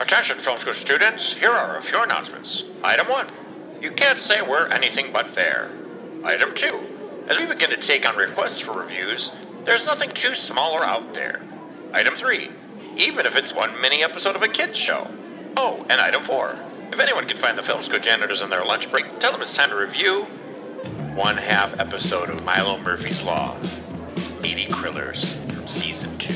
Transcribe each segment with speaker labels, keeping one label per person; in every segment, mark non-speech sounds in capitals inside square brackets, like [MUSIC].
Speaker 1: Attention, film school students, here are a few announcements. Item one, you can't say we're anything but fair. Item two, as we begin to take on requests for reviews, there's nothing too small or out there. Item three, even if it's one mini episode of a kids show. Oh, and item four, if anyone can find the film school janitors on their lunch break, tell them it's time to review one half episode of Milo Murphy's Law, Meaty Krillers from season two.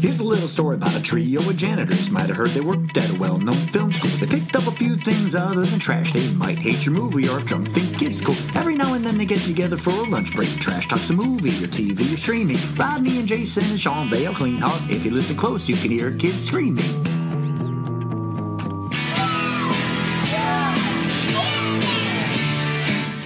Speaker 2: Here's a little story about a trio of janitors. Might have heard they worked at a well known film school. They picked up a few things other than trash. They might hate your movie or if drunk think kids cool. Every now and then they get together for a lunch break. Trash talks a movie or TV or streaming. Rodney and Jason and Sean, they'll clean house. If you listen close, you can hear kids screaming.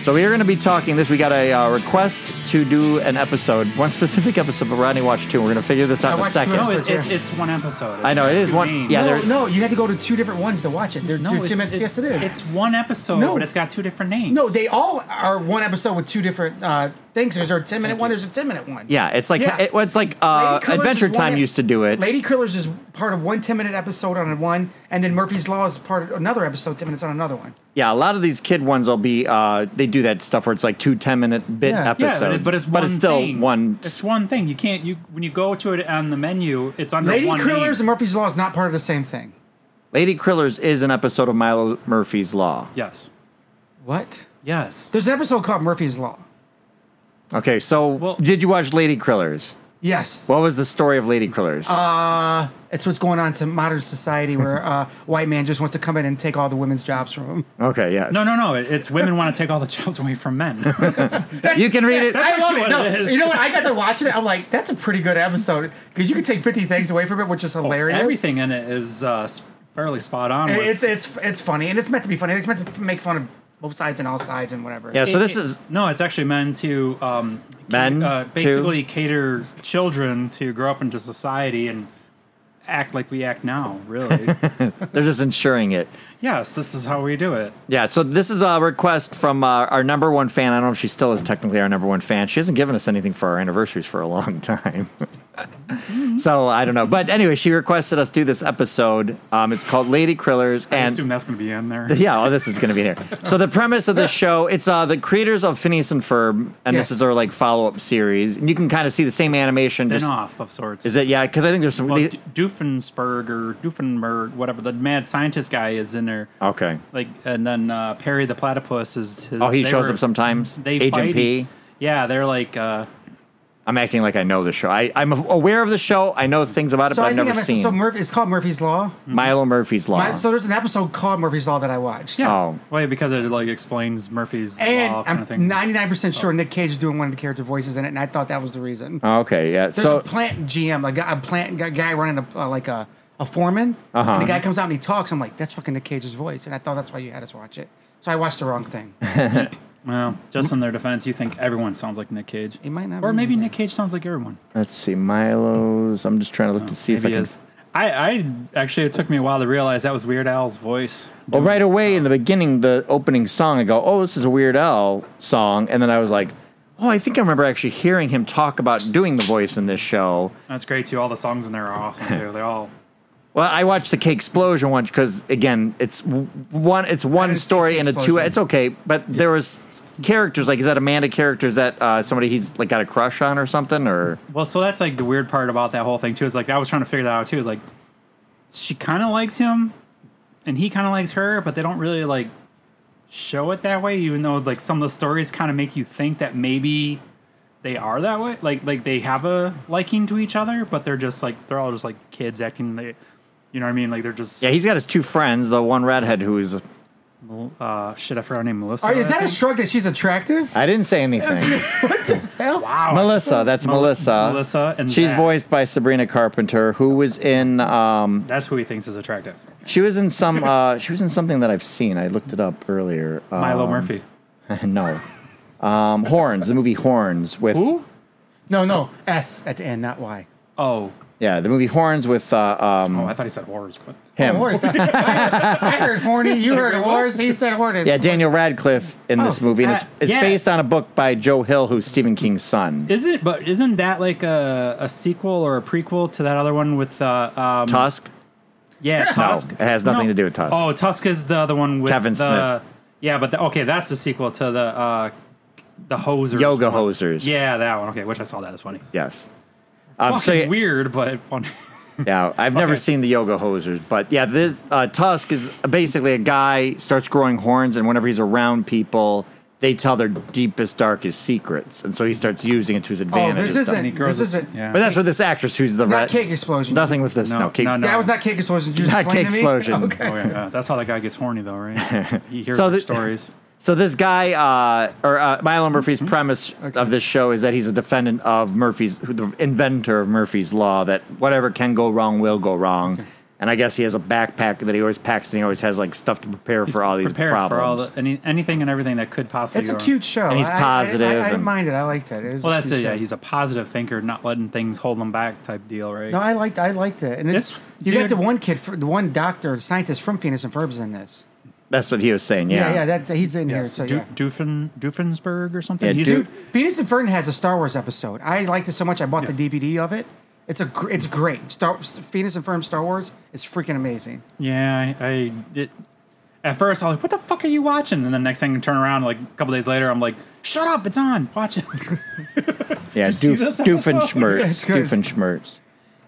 Speaker 3: So we are going to be talking this. We got a uh, request to do an episode, one specific episode, but Rodney watched two. We're going to figure this out in a
Speaker 4: watched two
Speaker 3: second.
Speaker 4: episodes.
Speaker 5: No, Oh, it, it, it's one episode. It's
Speaker 3: I know, it
Speaker 5: not
Speaker 3: is
Speaker 5: two
Speaker 3: one-
Speaker 5: names.
Speaker 3: yeah,
Speaker 4: no,
Speaker 3: they're-
Speaker 4: no, you had to go to two different ones to watch it. They're,
Speaker 5: no,
Speaker 4: they're
Speaker 5: it's,
Speaker 4: two minutes. yes,
Speaker 5: it's,
Speaker 4: it is.
Speaker 5: it's one episode,
Speaker 4: No.
Speaker 5: but it's got two different names.
Speaker 4: no, they all are one episode with two different uh, things. There's a ten minute one. There's a ten minute one.
Speaker 3: Yeah, it's like
Speaker 4: Yeah.
Speaker 3: it- well, it's like uh,
Speaker 4: Lady Killers
Speaker 3: Adventure
Speaker 4: is one
Speaker 3: Time
Speaker 4: ep-
Speaker 3: used to do it.
Speaker 4: Lady Killers is part of one 10 minute episode on one, and then Murphy's Law is part of another episode, 10 minutes on another one.
Speaker 3: yeah, a lot of these kid ones will be uh, they do that stuff where it's like two 10 minute bit
Speaker 4: Yeah. Yeah, but
Speaker 5: Yeah,
Speaker 3: episodes,
Speaker 5: but, it, but it's one
Speaker 3: still
Speaker 5: thing.
Speaker 3: one.
Speaker 5: It's one thing. You can't you when you go to it on the menu, it's under
Speaker 4: Lady
Speaker 5: one
Speaker 4: Killers and
Speaker 5: name.
Speaker 4: Murphy's Law is not part of the same thing.
Speaker 3: Lady Krillers is an episode of Milo Murphy's Law.
Speaker 5: Yes,
Speaker 4: What?
Speaker 5: yes.
Speaker 4: There's an episode called Murphy's Law.
Speaker 3: Okay, so
Speaker 5: Well-
Speaker 3: did you watch Lady Krillers?
Speaker 4: Yes.
Speaker 3: What was the story of Lady Krillers?
Speaker 5: Uh,
Speaker 4: it's what's going on to modern society where uh, white man just wants to come in and take all the women's jobs from him.
Speaker 3: okay, yes.
Speaker 5: No, no, no. it- It's women want to take all the jobs away from men.
Speaker 3: You can read it.
Speaker 4: I love
Speaker 5: actually
Speaker 4: it.
Speaker 5: what
Speaker 4: No,
Speaker 5: it is.
Speaker 4: You know what? I got to watching it. I'm like, that's a pretty good episode because you can take 50 things away from it, which is hilarious.
Speaker 5: Oh, Everything in it is uh, s- fairly spot on.
Speaker 4: It-
Speaker 5: with-
Speaker 4: It's it's it's funny and it's meant to be funny. It's meant to make fun of both sides and all sides and whatever.
Speaker 3: Yeah, so
Speaker 5: it-
Speaker 3: this
Speaker 5: it-
Speaker 3: is
Speaker 5: no. It's actually meant to um,
Speaker 3: men.
Speaker 5: uh,
Speaker 3: too?
Speaker 5: basically cater children to grow up into society and act like we act now. Really?
Speaker 3: They're just ensuring it.
Speaker 5: yes, this is how we do it.
Speaker 3: Yeah, so this is a request from uh, our number one fan. I don't know if she still is technically our number one fan. She hasn't given us anything for our anniversaries for a long [LAUGHS] time.
Speaker 5: Mm-hmm.
Speaker 3: so I don't know. But anyway, she requested us do this episode. Um, it's called Lady Krillers.
Speaker 5: I
Speaker 3: And
Speaker 5: assume that's going to be in there.
Speaker 3: [LAUGHS] yeah, oh, this is going to be here. So the premise
Speaker 5: [LAUGHS]
Speaker 3: of the show, it's uh, the creators of Phineas and Ferb, and this
Speaker 4: Yeah.
Speaker 3: is their like follow-up series. And you can kind of see the same animation.
Speaker 5: Spin
Speaker 3: Just,
Speaker 5: off of sorts.
Speaker 3: is it? Yeah, because I think there's some...
Speaker 5: Well,
Speaker 3: they-
Speaker 5: D- Doofenspurg or Doofenberg, whatever the mad scientist guy is in there.
Speaker 3: okay.
Speaker 5: Like, and then uh, Perry the Platypus is. His,
Speaker 3: Oh, he
Speaker 5: they
Speaker 3: shows
Speaker 5: were-
Speaker 3: up sometimes.
Speaker 5: They
Speaker 3: Agent
Speaker 5: fight
Speaker 3: P.
Speaker 5: each- Yeah, they're like. Uh,
Speaker 3: I'm acting like I know the show. I, I'm aware of the show. I know things about it,
Speaker 4: So
Speaker 3: but
Speaker 4: I
Speaker 3: I've
Speaker 4: think
Speaker 3: never
Speaker 4: I've-
Speaker 3: seen
Speaker 4: so Murphy. It's called Murphy's Law.
Speaker 3: Milo Murphy's Law.
Speaker 4: My- so there's an episode called Murphy's Law that I watched.
Speaker 5: yeah.
Speaker 3: Oh.
Speaker 5: Well, because it like explains Murphy's
Speaker 4: And
Speaker 5: law kind of
Speaker 4: I'm
Speaker 5: thing. Oh.
Speaker 4: 99% sure Nick Cage is doing one of the character voices in it, and I thought that was the reason.
Speaker 3: Oh, okay, yeah.
Speaker 4: There's
Speaker 3: So
Speaker 4: a plant GM, like a plant guy- guy running a uh, like a, a foreman,
Speaker 3: Uh-huh.
Speaker 4: and the guy comes out and he talks. I'm like, that's fucking Nick Cage's voice, and I thought that's why you had us watch it. So I watched the
Speaker 3: [LAUGHS]
Speaker 4: wrong thing.
Speaker 5: well, just in their defense, you think everyone sounds like Nick Cage.
Speaker 4: It might not
Speaker 5: Or
Speaker 4: be
Speaker 5: maybe
Speaker 4: either.
Speaker 5: Nick Cage sounds like everyone.
Speaker 3: let's see, Milo's. I'm just trying to look to see if
Speaker 5: Oh, maybe
Speaker 3: I can.
Speaker 5: he is. I, I actually it took me a while to realize that was Weird Al's voice.
Speaker 3: Well, Oh, right away in the beginning, the opening song, I go, "Oh, this is a Weird Al song," and then I was like, "Oh, I think I remember actually hearing him talk about doing the voice in this show."
Speaker 5: That's great too. All the songs in there are awesome too. They all
Speaker 3: Well, I watched the Cake Explosion once because again, it's w- one, it's one
Speaker 4: didn't see
Speaker 3: story and a two.
Speaker 4: Cakesplosion.
Speaker 3: It's okay, but there was characters like is that Amanda characters that uh, somebody he's like got a crush on or something or
Speaker 5: Well, so that's like the weird part about that whole thing too. Is like I was trying to figure that out too. Is like she kind of likes him, and he kind of likes her, but they don't really like show it that way. Even though like some of the stories kind of make you think that maybe they are that way. Like like they have a liking to each other, but they're just like they're all just like kids acting. They, you know what I mean? Like they're just
Speaker 3: yeah. He's got his two friends, the one redhead who's
Speaker 5: uh, shit. I forgot her name, Melissa.
Speaker 4: All right, is
Speaker 5: I
Speaker 4: that a
Speaker 5: think.
Speaker 4: shrug that she's attractive?
Speaker 3: I didn't say
Speaker 5: [LAUGHS]
Speaker 3: anything.
Speaker 4: Hell?
Speaker 3: Melissa, that's Melissa.
Speaker 5: Melissa and
Speaker 3: she's
Speaker 5: Zach.
Speaker 3: voiced by Sabrina Carpenter, who was in. Um,
Speaker 5: That's who he thinks is attractive.
Speaker 3: she was in some. Uh, she was in something that I've seen. I looked it up earlier. Um,
Speaker 5: Milo Murphy.
Speaker 3: [LAUGHS] no. Um, Horns, the movie Horns with
Speaker 5: Who?
Speaker 4: No, no, S at the end, not Y.
Speaker 5: Oh,
Speaker 3: yeah, the movie Horns with uh, um,
Speaker 5: oh, I thought he said horrors, but
Speaker 3: Him. [LAUGHS]
Speaker 4: Horse. I, heard, I heard horny. You heard horse. He said horny.
Speaker 3: Yeah, Daniel Radcliffe in this
Speaker 4: Oh,
Speaker 3: movie, and
Speaker 5: uh,
Speaker 3: it's, it's
Speaker 5: yeah.
Speaker 3: based on a book by Joe Hill, who's Stephen King's son.
Speaker 5: Is it? But isn't that like a, a sequel or a prequel to that other one with uh, um,
Speaker 3: Tusk.
Speaker 5: Yeah, Tusk.
Speaker 3: it has nothing to do with Tusk.
Speaker 5: Oh, Tusk is the other one with
Speaker 3: Kevin
Speaker 5: the, Yeah, but the, okay, that's the sequel to the uh, the hosers.
Speaker 3: Yoga
Speaker 5: one.
Speaker 3: hosers.
Speaker 5: Yeah, that one. Okay, which I saw that is funny.
Speaker 3: Yes. Um,
Speaker 5: Fucking
Speaker 3: so yeah,
Speaker 5: weird, but funny.
Speaker 3: yeah, I've never
Speaker 5: Okay.
Speaker 3: seen the yoga hosers, but yeah, this uh, Tusk is basically a guy starts growing horns, and whenever he's around people, they tell their deepest, darkest secrets, and so he starts using it to his
Speaker 4: Oh,
Speaker 3: advantage.
Speaker 4: this
Speaker 3: and stuff.
Speaker 5: he [LAUGHS]
Speaker 4: isn't.
Speaker 5: grows
Speaker 4: This
Speaker 5: a-
Speaker 4: isn't.
Speaker 5: yeah.
Speaker 3: But that's what this actress, who's the
Speaker 4: Not
Speaker 3: red-
Speaker 4: cake explosion.
Speaker 3: Nothing with this. No,
Speaker 5: No,
Speaker 3: cake.
Speaker 5: no, no.
Speaker 4: That was not cake explosion. Did you just
Speaker 3: Not
Speaker 4: explain
Speaker 3: cake
Speaker 4: to me?
Speaker 3: explosion.
Speaker 5: Oh,
Speaker 4: Okay.
Speaker 5: yeah, yeah, that's how that guy gets horny, though, right?
Speaker 3: [LAUGHS]
Speaker 5: He hears
Speaker 3: So
Speaker 5: so
Speaker 3: the-
Speaker 5: stories.
Speaker 3: So this guy, uh, or uh,
Speaker 5: Mm-hmm.
Speaker 3: Milo Murphy's premise of this show is that he's a defendant of Murphy's, who- the inventor of Murphy's law, that whatever can go wrong will go wrong. And I guess he has a backpack that he always packs, and he always has like stuff to prepare [LAUGHS] for all these
Speaker 5: Prepared
Speaker 3: problems.
Speaker 5: for all the, any, anything and everything that could possibly.
Speaker 4: It's a
Speaker 5: go wrong.
Speaker 4: cute show.
Speaker 3: And he's
Speaker 4: I- I-
Speaker 3: positive
Speaker 4: I, I, didn't
Speaker 3: and-
Speaker 4: mind it. I liked it. it was a
Speaker 5: Well, that's
Speaker 4: cute
Speaker 5: it. Yeah,
Speaker 4: show.
Speaker 5: he's a positive thinker, not letting things hold him back type deal, right?
Speaker 4: No, I liked. I liked it. And it's,
Speaker 5: It's-
Speaker 4: you got
Speaker 5: dude-
Speaker 4: the one kid, fr- the one doctor, scientist from Phoenix and Ferb's in this.
Speaker 3: That's what he was saying. Yeah,
Speaker 4: Yeah, yeah. that he's in
Speaker 5: Yes,
Speaker 4: here. So
Speaker 5: Du-
Speaker 4: yeah.
Speaker 5: Dufen, Doofenberg or something.
Speaker 3: Yeah,
Speaker 5: He's-
Speaker 3: Du-
Speaker 4: Phoenix and Fern has a Star Wars episode. I liked it so much. I bought the DVD of it. It's a. gr- It's great. Star Phoenix and Fern Star Wars. It's freaking amazing.
Speaker 5: Yeah, I, I it, at first I was like, "What the fuck are you watching?" And then next thing, I turn around like a couple days later, I'm like, "Shut up, it's on, watch it." [LAUGHS]
Speaker 3: yeah.
Speaker 5: you see
Speaker 3: Doof,
Speaker 5: this [LAUGHS]
Speaker 3: Doofenshmirtz,
Speaker 4: Yeah, it's good.
Speaker 3: Doofenshmirtz.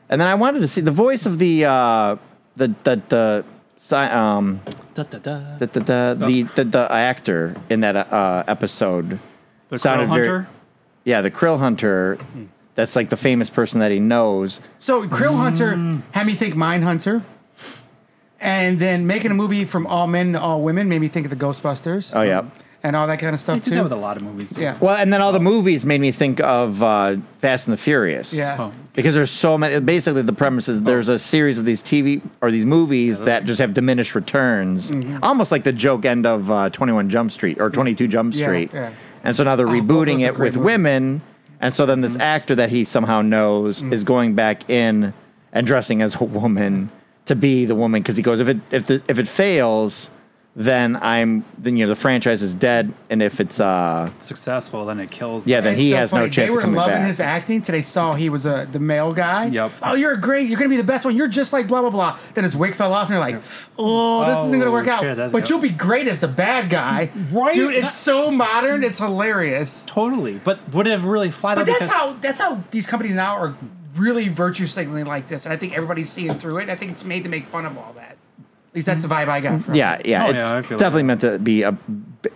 Speaker 3: And then I wanted to see the voice of the uh, the the the sci- um,
Speaker 5: da, da, Oh. da.
Speaker 3: the the the, the, the, the actor in that uh, episode
Speaker 5: The
Speaker 3: sounded
Speaker 5: Crow
Speaker 3: very-
Speaker 5: Hunter.
Speaker 3: Yeah, the krill hunter. That's like the famous person that he knows.
Speaker 4: So Krill Hunter had me think Mine Hunter, and then making a movie from all men to all women made me think of the Ghostbusters.
Speaker 3: Oh yeah.
Speaker 4: and all that kind of
Speaker 5: They
Speaker 4: stuff
Speaker 5: did
Speaker 4: too.
Speaker 5: that with a lot of movies.
Speaker 4: yeah.
Speaker 3: Well, and then all the movies made me think of uh, Fast and the Furious.
Speaker 4: Yeah.
Speaker 5: Oh.
Speaker 3: Because there's so many. Basically, the premise is there's a series of these TV or these movies that just have diminished returns,
Speaker 4: Mm-hmm.
Speaker 3: almost like the joke end of uh, 21 Jump Street or 22 Jump
Speaker 4: Yeah,
Speaker 3: Street.
Speaker 4: yeah. Oh,
Speaker 3: And so now they're
Speaker 4: both
Speaker 3: rebooting
Speaker 4: those are
Speaker 3: it
Speaker 4: great
Speaker 3: with
Speaker 4: movies. Mm-hmm.
Speaker 3: women, and so then this actor that he somehow knows is going back in and dressing as a woman to be the woman because he goes if it if the, if it fails. Then I'm, then you know, the franchise is dead, and if it's uh,
Speaker 5: Successful, then it kills.
Speaker 3: Yeah,
Speaker 5: them.
Speaker 3: then he
Speaker 4: so
Speaker 3: has no
Speaker 4: funny.
Speaker 3: chance
Speaker 4: They
Speaker 3: of
Speaker 4: were
Speaker 3: coming
Speaker 4: loving
Speaker 3: back.
Speaker 4: his acting. Today saw he was a the male guy.
Speaker 5: Yep.
Speaker 4: Oh, you're great. You're gonna be the best one. You're just like blah blah blah. Then his wig fell off, and they're like, oh, this isn't gonna work
Speaker 5: Oh,
Speaker 4: out.
Speaker 5: shit, that's-
Speaker 4: but you'll be great as the bad guy,
Speaker 5: Right?
Speaker 4: dude? It's so modern. It's hilarious.
Speaker 5: totally. But would it have really fly?
Speaker 4: But that's how that's how these companies now are really virtue signaling like this, and I think everybody's seeing through it. And I think it's made to make fun of all that. At least that's the vibe I got. From it.
Speaker 3: Yeah, yeah,
Speaker 5: Oh,
Speaker 3: it's
Speaker 5: yeah, I feel
Speaker 3: definitely meant to be a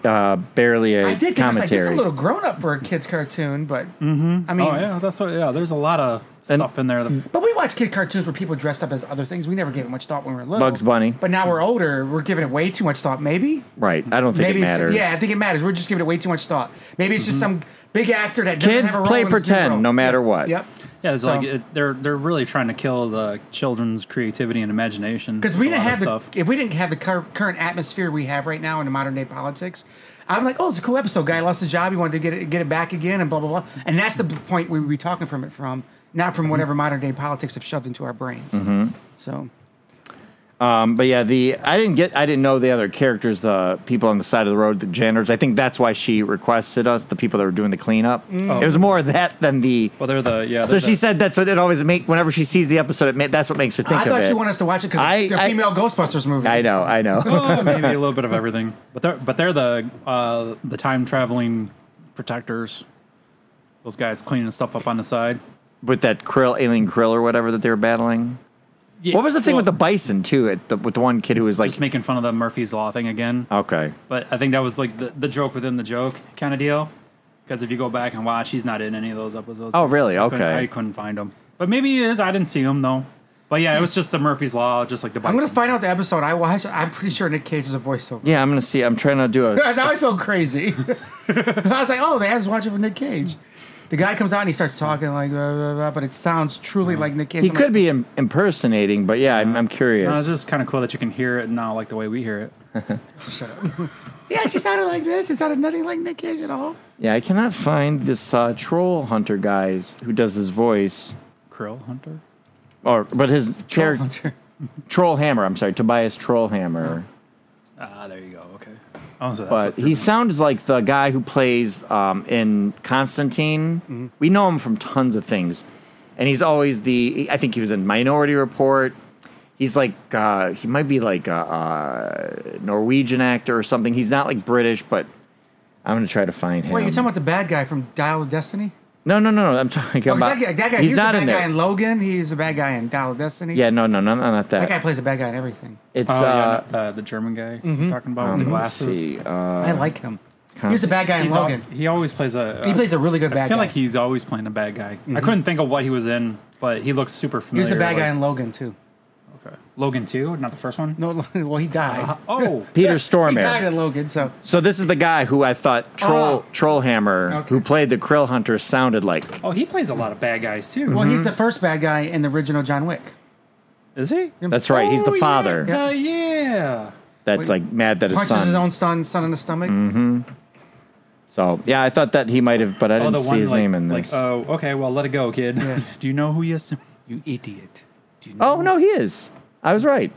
Speaker 3: uh, barely a
Speaker 4: I did think it's like this is a
Speaker 3: commentary.
Speaker 4: little grown up for a kids cartoon, but I mean,
Speaker 5: Oh yeah, that's what. Yeah, there's a lot of stuff in there. That,
Speaker 4: But we watch kid cartoons where people dressed up as other things. We never gave it much thought when we were little.
Speaker 3: Bugs Bunny.
Speaker 4: But now we're older. We're giving it way too much thought. Maybe.
Speaker 3: right, I don't think
Speaker 4: Maybe
Speaker 3: it
Speaker 4: it's-
Speaker 3: matters.
Speaker 4: yeah, I think it matters. We're just giving it way too much thought. Maybe it's just
Speaker 5: Mm-hmm.
Speaker 4: some big actor that doesn't
Speaker 3: Kids
Speaker 4: have a role
Speaker 3: play
Speaker 4: in this new
Speaker 3: pretend
Speaker 4: role.
Speaker 3: no matter
Speaker 4: Yep.
Speaker 3: what.
Speaker 4: Yep.
Speaker 5: yeah, it's
Speaker 4: So-
Speaker 5: like it, they're they're really trying to kill the children's creativity and imagination
Speaker 4: Because we
Speaker 5: with a
Speaker 4: didn't
Speaker 5: lot
Speaker 4: have
Speaker 5: of
Speaker 4: the
Speaker 5: stuff.
Speaker 4: if we didn't have the cur- current atmosphere we have right now in the modern day politics, I'm like, oh, it's a cool episode. Guy lost his job. He wanted to get it get it back again, and blah blah blah. And that's the point we would be talking from it from, not from whatever modern day politics have shoved into our brains.
Speaker 3: Mm-hmm.
Speaker 4: So
Speaker 3: Um, but yeah, the I didn't get I didn't know the other characters, the people on the side of the road, the janitors. I think that's why she requested us, the people that were doing the cleanup.
Speaker 4: Mm.
Speaker 5: Oh.
Speaker 3: It was more that than the.
Speaker 5: Well, they're the yeah.
Speaker 3: so
Speaker 5: they're
Speaker 3: she
Speaker 5: the-
Speaker 3: said that's what it always make whenever she sees the episode. It ma- that's what makes her think
Speaker 4: I
Speaker 3: of
Speaker 4: thought
Speaker 3: it.
Speaker 4: you want us to watch it because
Speaker 3: I-
Speaker 4: it's a
Speaker 3: I-
Speaker 4: female Ghostbusters movie.
Speaker 3: I know, I [LAUGHS]
Speaker 4: [LAUGHS]
Speaker 3: know.
Speaker 5: Oh, maybe a little bit of everything. But they're but they're the uh, the time traveling protectors. Those guys cleaning stuff up on the side.
Speaker 3: with that krill alien krill or whatever that they were battling.
Speaker 5: Yeah,
Speaker 3: What was the thing
Speaker 5: well,
Speaker 3: with the bison too? At the, with the one kid who was like,
Speaker 5: just making fun of the Murphy's Law thing again?
Speaker 3: okay,
Speaker 5: But I think that was like the, the joke within the joke kind of deal. Because if you go back and watch, he's not in any of those episodes.
Speaker 3: Oh, really?
Speaker 5: I couldn't-
Speaker 3: Okay.
Speaker 5: I couldn't find him. But maybe he is. I didn't see him though. But yeah, it was just the Murphy's Law, just like the.
Speaker 4: I'm
Speaker 5: Bison.
Speaker 4: gonna find out the episode I watched. I'm pretty sure Nick Cage is a voiceover. [LAUGHS]
Speaker 3: yeah, I'm gonna see. I'm trying to do a.
Speaker 4: now [LAUGHS] I feel crazy. [LAUGHS] I was like, oh, they had us watching for Nick Cage. The guy comes out and he starts talking like, blah, blah, blah, but it sounds truly like Nick Cage.
Speaker 3: He
Speaker 4: I'm
Speaker 3: could
Speaker 4: like,
Speaker 3: be Im- impersonating, but yeah, I'm, I'm curious.
Speaker 5: No, it's just kind of cool that you can hear it now, like the way we hear it.
Speaker 4: "Oh, Shut up. [LAUGHS] he actually sounded like this. It sounded nothing like Nick Cage at all.
Speaker 3: yeah, I cannot find this uh, troll hunter guy who does his voice,
Speaker 5: Krill Hunter.
Speaker 3: or but his
Speaker 4: Troll
Speaker 3: character. [LAUGHS]
Speaker 4: Hunter.
Speaker 3: Trollhammer. I'm sorry, Tobias Trollhammer.
Speaker 5: Ah, there you go. Okay. Oh, so
Speaker 3: But
Speaker 5: that's what threw
Speaker 3: he
Speaker 5: me.
Speaker 3: sounds like the guy who plays um, in Constantine.
Speaker 5: Mm-hmm.
Speaker 3: We know him from tons of things, and he's always the. I think he was in Minority Report. He's like uh, he might be like a, uh Norwegian actor or something. He's not like British, but I'm gonna try to find him.
Speaker 4: Wait, you're talking about the bad guy from Dial of Destiny?
Speaker 3: no, no, no, no. I'm talking
Speaker 4: Oh, 'cause
Speaker 3: about
Speaker 4: that guy, that guy,
Speaker 3: he's
Speaker 4: he's
Speaker 3: not
Speaker 4: the bad
Speaker 3: in
Speaker 4: guy
Speaker 3: there.
Speaker 4: in Logan. He's the bad guy in Dial of Destiny.
Speaker 3: yeah, no, no, no, no, not that.
Speaker 4: That guy plays the bad guy in everything.
Speaker 3: It's
Speaker 5: Oh,
Speaker 3: uh,
Speaker 5: yeah, the, the German guy you're talking about with the
Speaker 3: let's
Speaker 5: glasses.
Speaker 3: see. Uh,
Speaker 4: I like him. He's the bad guy in
Speaker 5: He's
Speaker 4: Logan.
Speaker 5: al- he always plays a.
Speaker 4: he plays a really good
Speaker 5: I
Speaker 4: bad
Speaker 5: feel
Speaker 4: guy. Mm-hmm.
Speaker 5: like he's always playing a bad guy. I couldn't think of what he was in, but he looks super
Speaker 4: he
Speaker 5: familiar.
Speaker 4: was the bad guy
Speaker 5: like-
Speaker 4: in Logan too.
Speaker 5: okay. Logan too, not the first one.
Speaker 4: No, [LAUGHS] well, he died.
Speaker 5: Oh,
Speaker 3: Peter
Speaker 4: [LAUGHS] he
Speaker 3: Stormare.
Speaker 4: died in Logan, so
Speaker 3: So this is the guy who I thought Troll
Speaker 4: Oh.
Speaker 3: Trollhammer,
Speaker 4: Okay.
Speaker 3: who played the Krill Hunter, sounded like.
Speaker 5: oh, he plays a lot of bad guys too.
Speaker 4: well,
Speaker 3: Mm-hmm.
Speaker 4: he's the first bad guy in the original John Wick.
Speaker 5: Is he?
Speaker 3: That's right. he's
Speaker 5: Oh,
Speaker 3: the
Speaker 5: yeah,
Speaker 3: father
Speaker 5: Yeah. yeah.
Speaker 3: that's like mad that his
Speaker 4: Punches
Speaker 3: son. Mm-hmm.
Speaker 4: his own son, son in the stomach.
Speaker 3: so yeah, I thought that he might have, but I
Speaker 5: Oh,
Speaker 3: didn't
Speaker 5: the
Speaker 3: see
Speaker 5: one
Speaker 3: his
Speaker 5: like,
Speaker 3: name in
Speaker 5: like,
Speaker 3: this.
Speaker 5: oh, okay. Well, let it go, kid.
Speaker 4: Yeah.
Speaker 5: [LAUGHS] Do you know who he is?
Speaker 4: You idiot! Do you
Speaker 3: oh no, he is. I was right.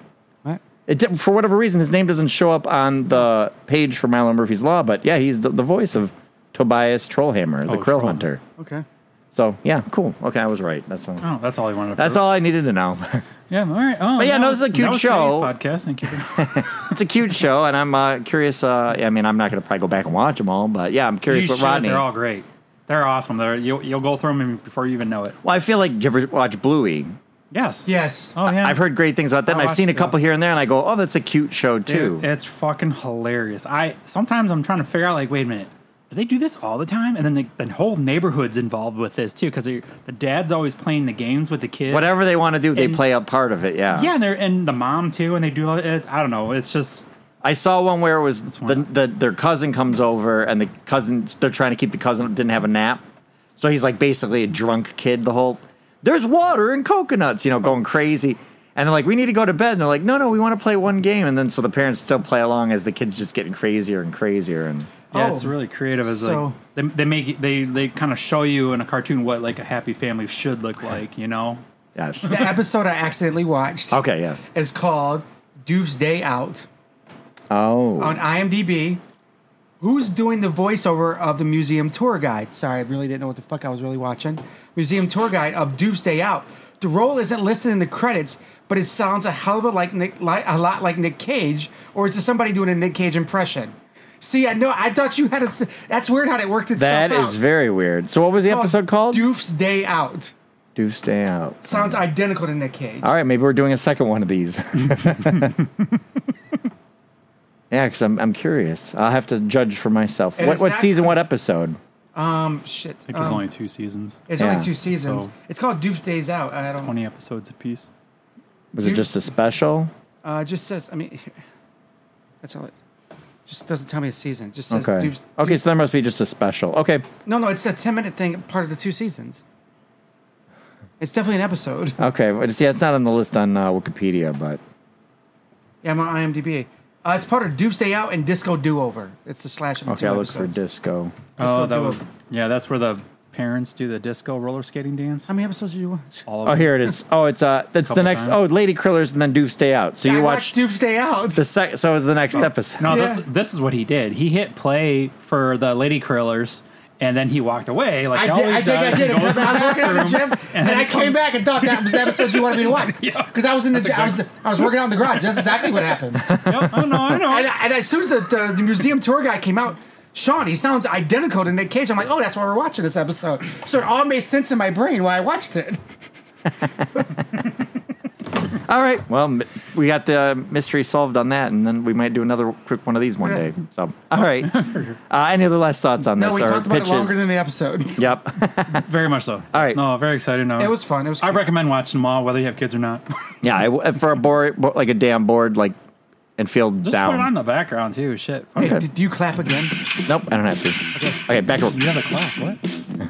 Speaker 4: What?
Speaker 3: It did, for whatever reason, his name doesn't show up on the page for Milo Murphy's Law, but yeah, he's the, the voice of Tobias Trollhammer, the
Speaker 5: Oh,
Speaker 3: Krill
Speaker 5: Troll.
Speaker 3: Hunter.
Speaker 4: Okay.
Speaker 3: So yeah, cool. Okay, I was right. That's all.
Speaker 5: Oh, that's all I wanted. To
Speaker 3: That's
Speaker 5: prove.
Speaker 3: all I needed to know. [LAUGHS]
Speaker 5: Yeah. All right. Oh,
Speaker 3: But yeah,
Speaker 5: that
Speaker 3: no,
Speaker 5: was-
Speaker 3: this is a cute
Speaker 5: that was
Speaker 3: show.
Speaker 5: today's Podcast. Thank you.
Speaker 3: it's a cute show, and I'm uh, curious. Uh, I mean, I'm not going to probably go back and watch them all, but yeah, I'm
Speaker 5: you
Speaker 3: curious what
Speaker 5: should.
Speaker 3: Rodney.
Speaker 5: They're all great. They're awesome. They're, you'll, you'll go through them before you even know it.
Speaker 3: Well, I feel like you ever watch Bluey?
Speaker 5: Yes.
Speaker 4: Yes.
Speaker 5: Oh yeah.
Speaker 3: I've heard great things about that. and
Speaker 5: I
Speaker 3: I've seen a
Speaker 5: watched it,
Speaker 3: couple here and there, and I go, "Oh, that's a cute show too."
Speaker 5: Dude, it's fucking hilarious. I sometimes I'm trying to figure out like, wait a minute, do they do this all the time? And then the, the whole neighborhood's involved with this too because the dad's always playing the games with the kids.
Speaker 3: Whatever they want to do, they
Speaker 5: And-
Speaker 3: play a part of it. Yeah,
Speaker 5: Yeah, and they're and the mom too, and they do all it. I don't know. It's just
Speaker 3: I saw one where it was the,
Speaker 5: wild.
Speaker 3: the their cousin comes over, and the cousin they're trying to keep the cousin didn't have a nap, so he's like basically a drunk kid. The whole there's water and coconuts, you know, going crazy. And they're like, we need to go to bed. And they're like, no, no, we want to play one game. And then so the parents still play along as the kids just getting crazier and crazier. And
Speaker 5: yeah,
Speaker 4: Oh.
Speaker 5: it's really creative. As
Speaker 4: So-
Speaker 5: like they, they make it- they they kind of show you in a cartoon what like a happy family should look like. You know.
Speaker 3: yes,
Speaker 4: The episode I accidentally watched
Speaker 3: okay, yes.
Speaker 4: is called "Doof's Day Out"
Speaker 3: Oh,
Speaker 4: on IMDb. Who's doing the voiceover of the museum tour guide? Sorry, I really didn't know what the fuck I was really watching. Museum tour guide of Doof's Day Out. The role isn't listed in the credits, but it sounds a hell of a like Nick, like, a lot like Nick Cage, or is it somebody doing a Nick Cage impression? See, I know. I thought you had a. s- That's weird how that worked itself
Speaker 3: that
Speaker 4: out.
Speaker 3: is very weird. So what was the
Speaker 4: Oh,
Speaker 3: episode called?
Speaker 4: Doof's Day Out.
Speaker 3: Do stay out.
Speaker 4: Sounds identical to Nick Cage.
Speaker 3: All right, maybe we're doing a second one of these. yeah, because I'm, I'm curious. I'll have to judge for myself.
Speaker 4: And
Speaker 3: What,
Speaker 4: it's
Speaker 3: what
Speaker 4: not-
Speaker 3: season, what episode?
Speaker 4: Um, shit.
Speaker 5: I think there's
Speaker 4: um,
Speaker 5: only two seasons,
Speaker 4: it's
Speaker 3: yeah,
Speaker 4: only two seasons.
Speaker 3: Oh.
Speaker 5: so-
Speaker 4: It's called Doof's Days Out. I don't.
Speaker 5: twenty episodes apiece.
Speaker 3: Was it
Speaker 4: you-
Speaker 3: just a special?
Speaker 4: Uh, it just says. I mean, [LAUGHS] that's all. It just doesn't tell me a season. It just says.
Speaker 3: Okay.
Speaker 4: Doof's,
Speaker 3: Okay, so there must be just a special. Okay.
Speaker 4: No, no, it's the ten minute thing. Part of the two seasons. It's definitely an episode. [LAUGHS]
Speaker 3: Okay. Well, it's- Yeah, it's not on the list on uh, Wikipedia, but
Speaker 4: Yeah, I'm on IMDb. Uh, it's part of Doof's Day Out and Disco Do Over. It's the slash of the
Speaker 3: okay,
Speaker 4: two
Speaker 3: I'll look
Speaker 4: episodes.
Speaker 3: for disco.
Speaker 5: Oh,
Speaker 4: go
Speaker 5: that
Speaker 4: do
Speaker 5: was
Speaker 4: a-
Speaker 5: yeah. That's where the parents do the disco roller skating dance.
Speaker 4: How many episodes did you watch?
Speaker 5: All
Speaker 3: Oh,
Speaker 5: of
Speaker 3: here it is. Oh, it's uh, that's the
Speaker 5: Couple
Speaker 3: next.
Speaker 5: times.
Speaker 3: Oh, Lady Krillers and then Do Stay Out. So
Speaker 4: I
Speaker 3: you
Speaker 4: watched
Speaker 3: watched
Speaker 4: Doof's Day Out.
Speaker 3: the sec. So it was the next episode.
Speaker 5: No, this
Speaker 4: Yeah.
Speaker 5: this is what he did. He hit play for the Lady Krillers, and then he walked away. Like
Speaker 4: I
Speaker 5: he
Speaker 4: did, I
Speaker 5: always
Speaker 4: did, I
Speaker 5: does. He
Speaker 4: did, because
Speaker 5: goes-
Speaker 4: I was working out in the gym, and,
Speaker 5: then
Speaker 4: I
Speaker 5: it
Speaker 4: came
Speaker 5: comes-
Speaker 4: back and thought that was the episode you wanted me to watch.
Speaker 5: Yeah.
Speaker 4: Because I was in the,
Speaker 5: That's
Speaker 4: I was, I was working out in the garage. That's exactly what happened.
Speaker 5: Yep, I know,
Speaker 4: [LAUGHS]
Speaker 5: I know.
Speaker 4: And, I- and as soon as the, the, the museum tour guy came out, Sean, he sounds identical to Nick Cage. I'm like, oh, that's why we're watching this episode. So it all made sense in my brain why I watched it. [LAUGHS]
Speaker 3: All right. Well, m- we got the mystery solved on that, and then we might do another quick one of these one day. So, all
Speaker 4: [LAUGHS]
Speaker 3: right. Uh, any other last thoughts on
Speaker 4: No,
Speaker 3: this
Speaker 4: we
Speaker 3: or
Speaker 4: talked about
Speaker 3: pitches?
Speaker 4: it longer than the episode.
Speaker 3: yep. [LAUGHS]
Speaker 5: very much so.
Speaker 3: All right.
Speaker 5: No, very excited. No,
Speaker 4: It was fun. It was.
Speaker 5: I
Speaker 4: cute.
Speaker 5: recommend watching them all, whether you have kids or not. [LAUGHS]
Speaker 3: yeah. I w for a board, bo- like a damn board, like and feel
Speaker 5: Just
Speaker 3: down.
Speaker 5: put it on the background too. Shit. Fuck
Speaker 4: Hey,
Speaker 5: it.
Speaker 4: did you clap again?
Speaker 3: Nope. I don't have to. Okay. back.
Speaker 5: You have a clap. What?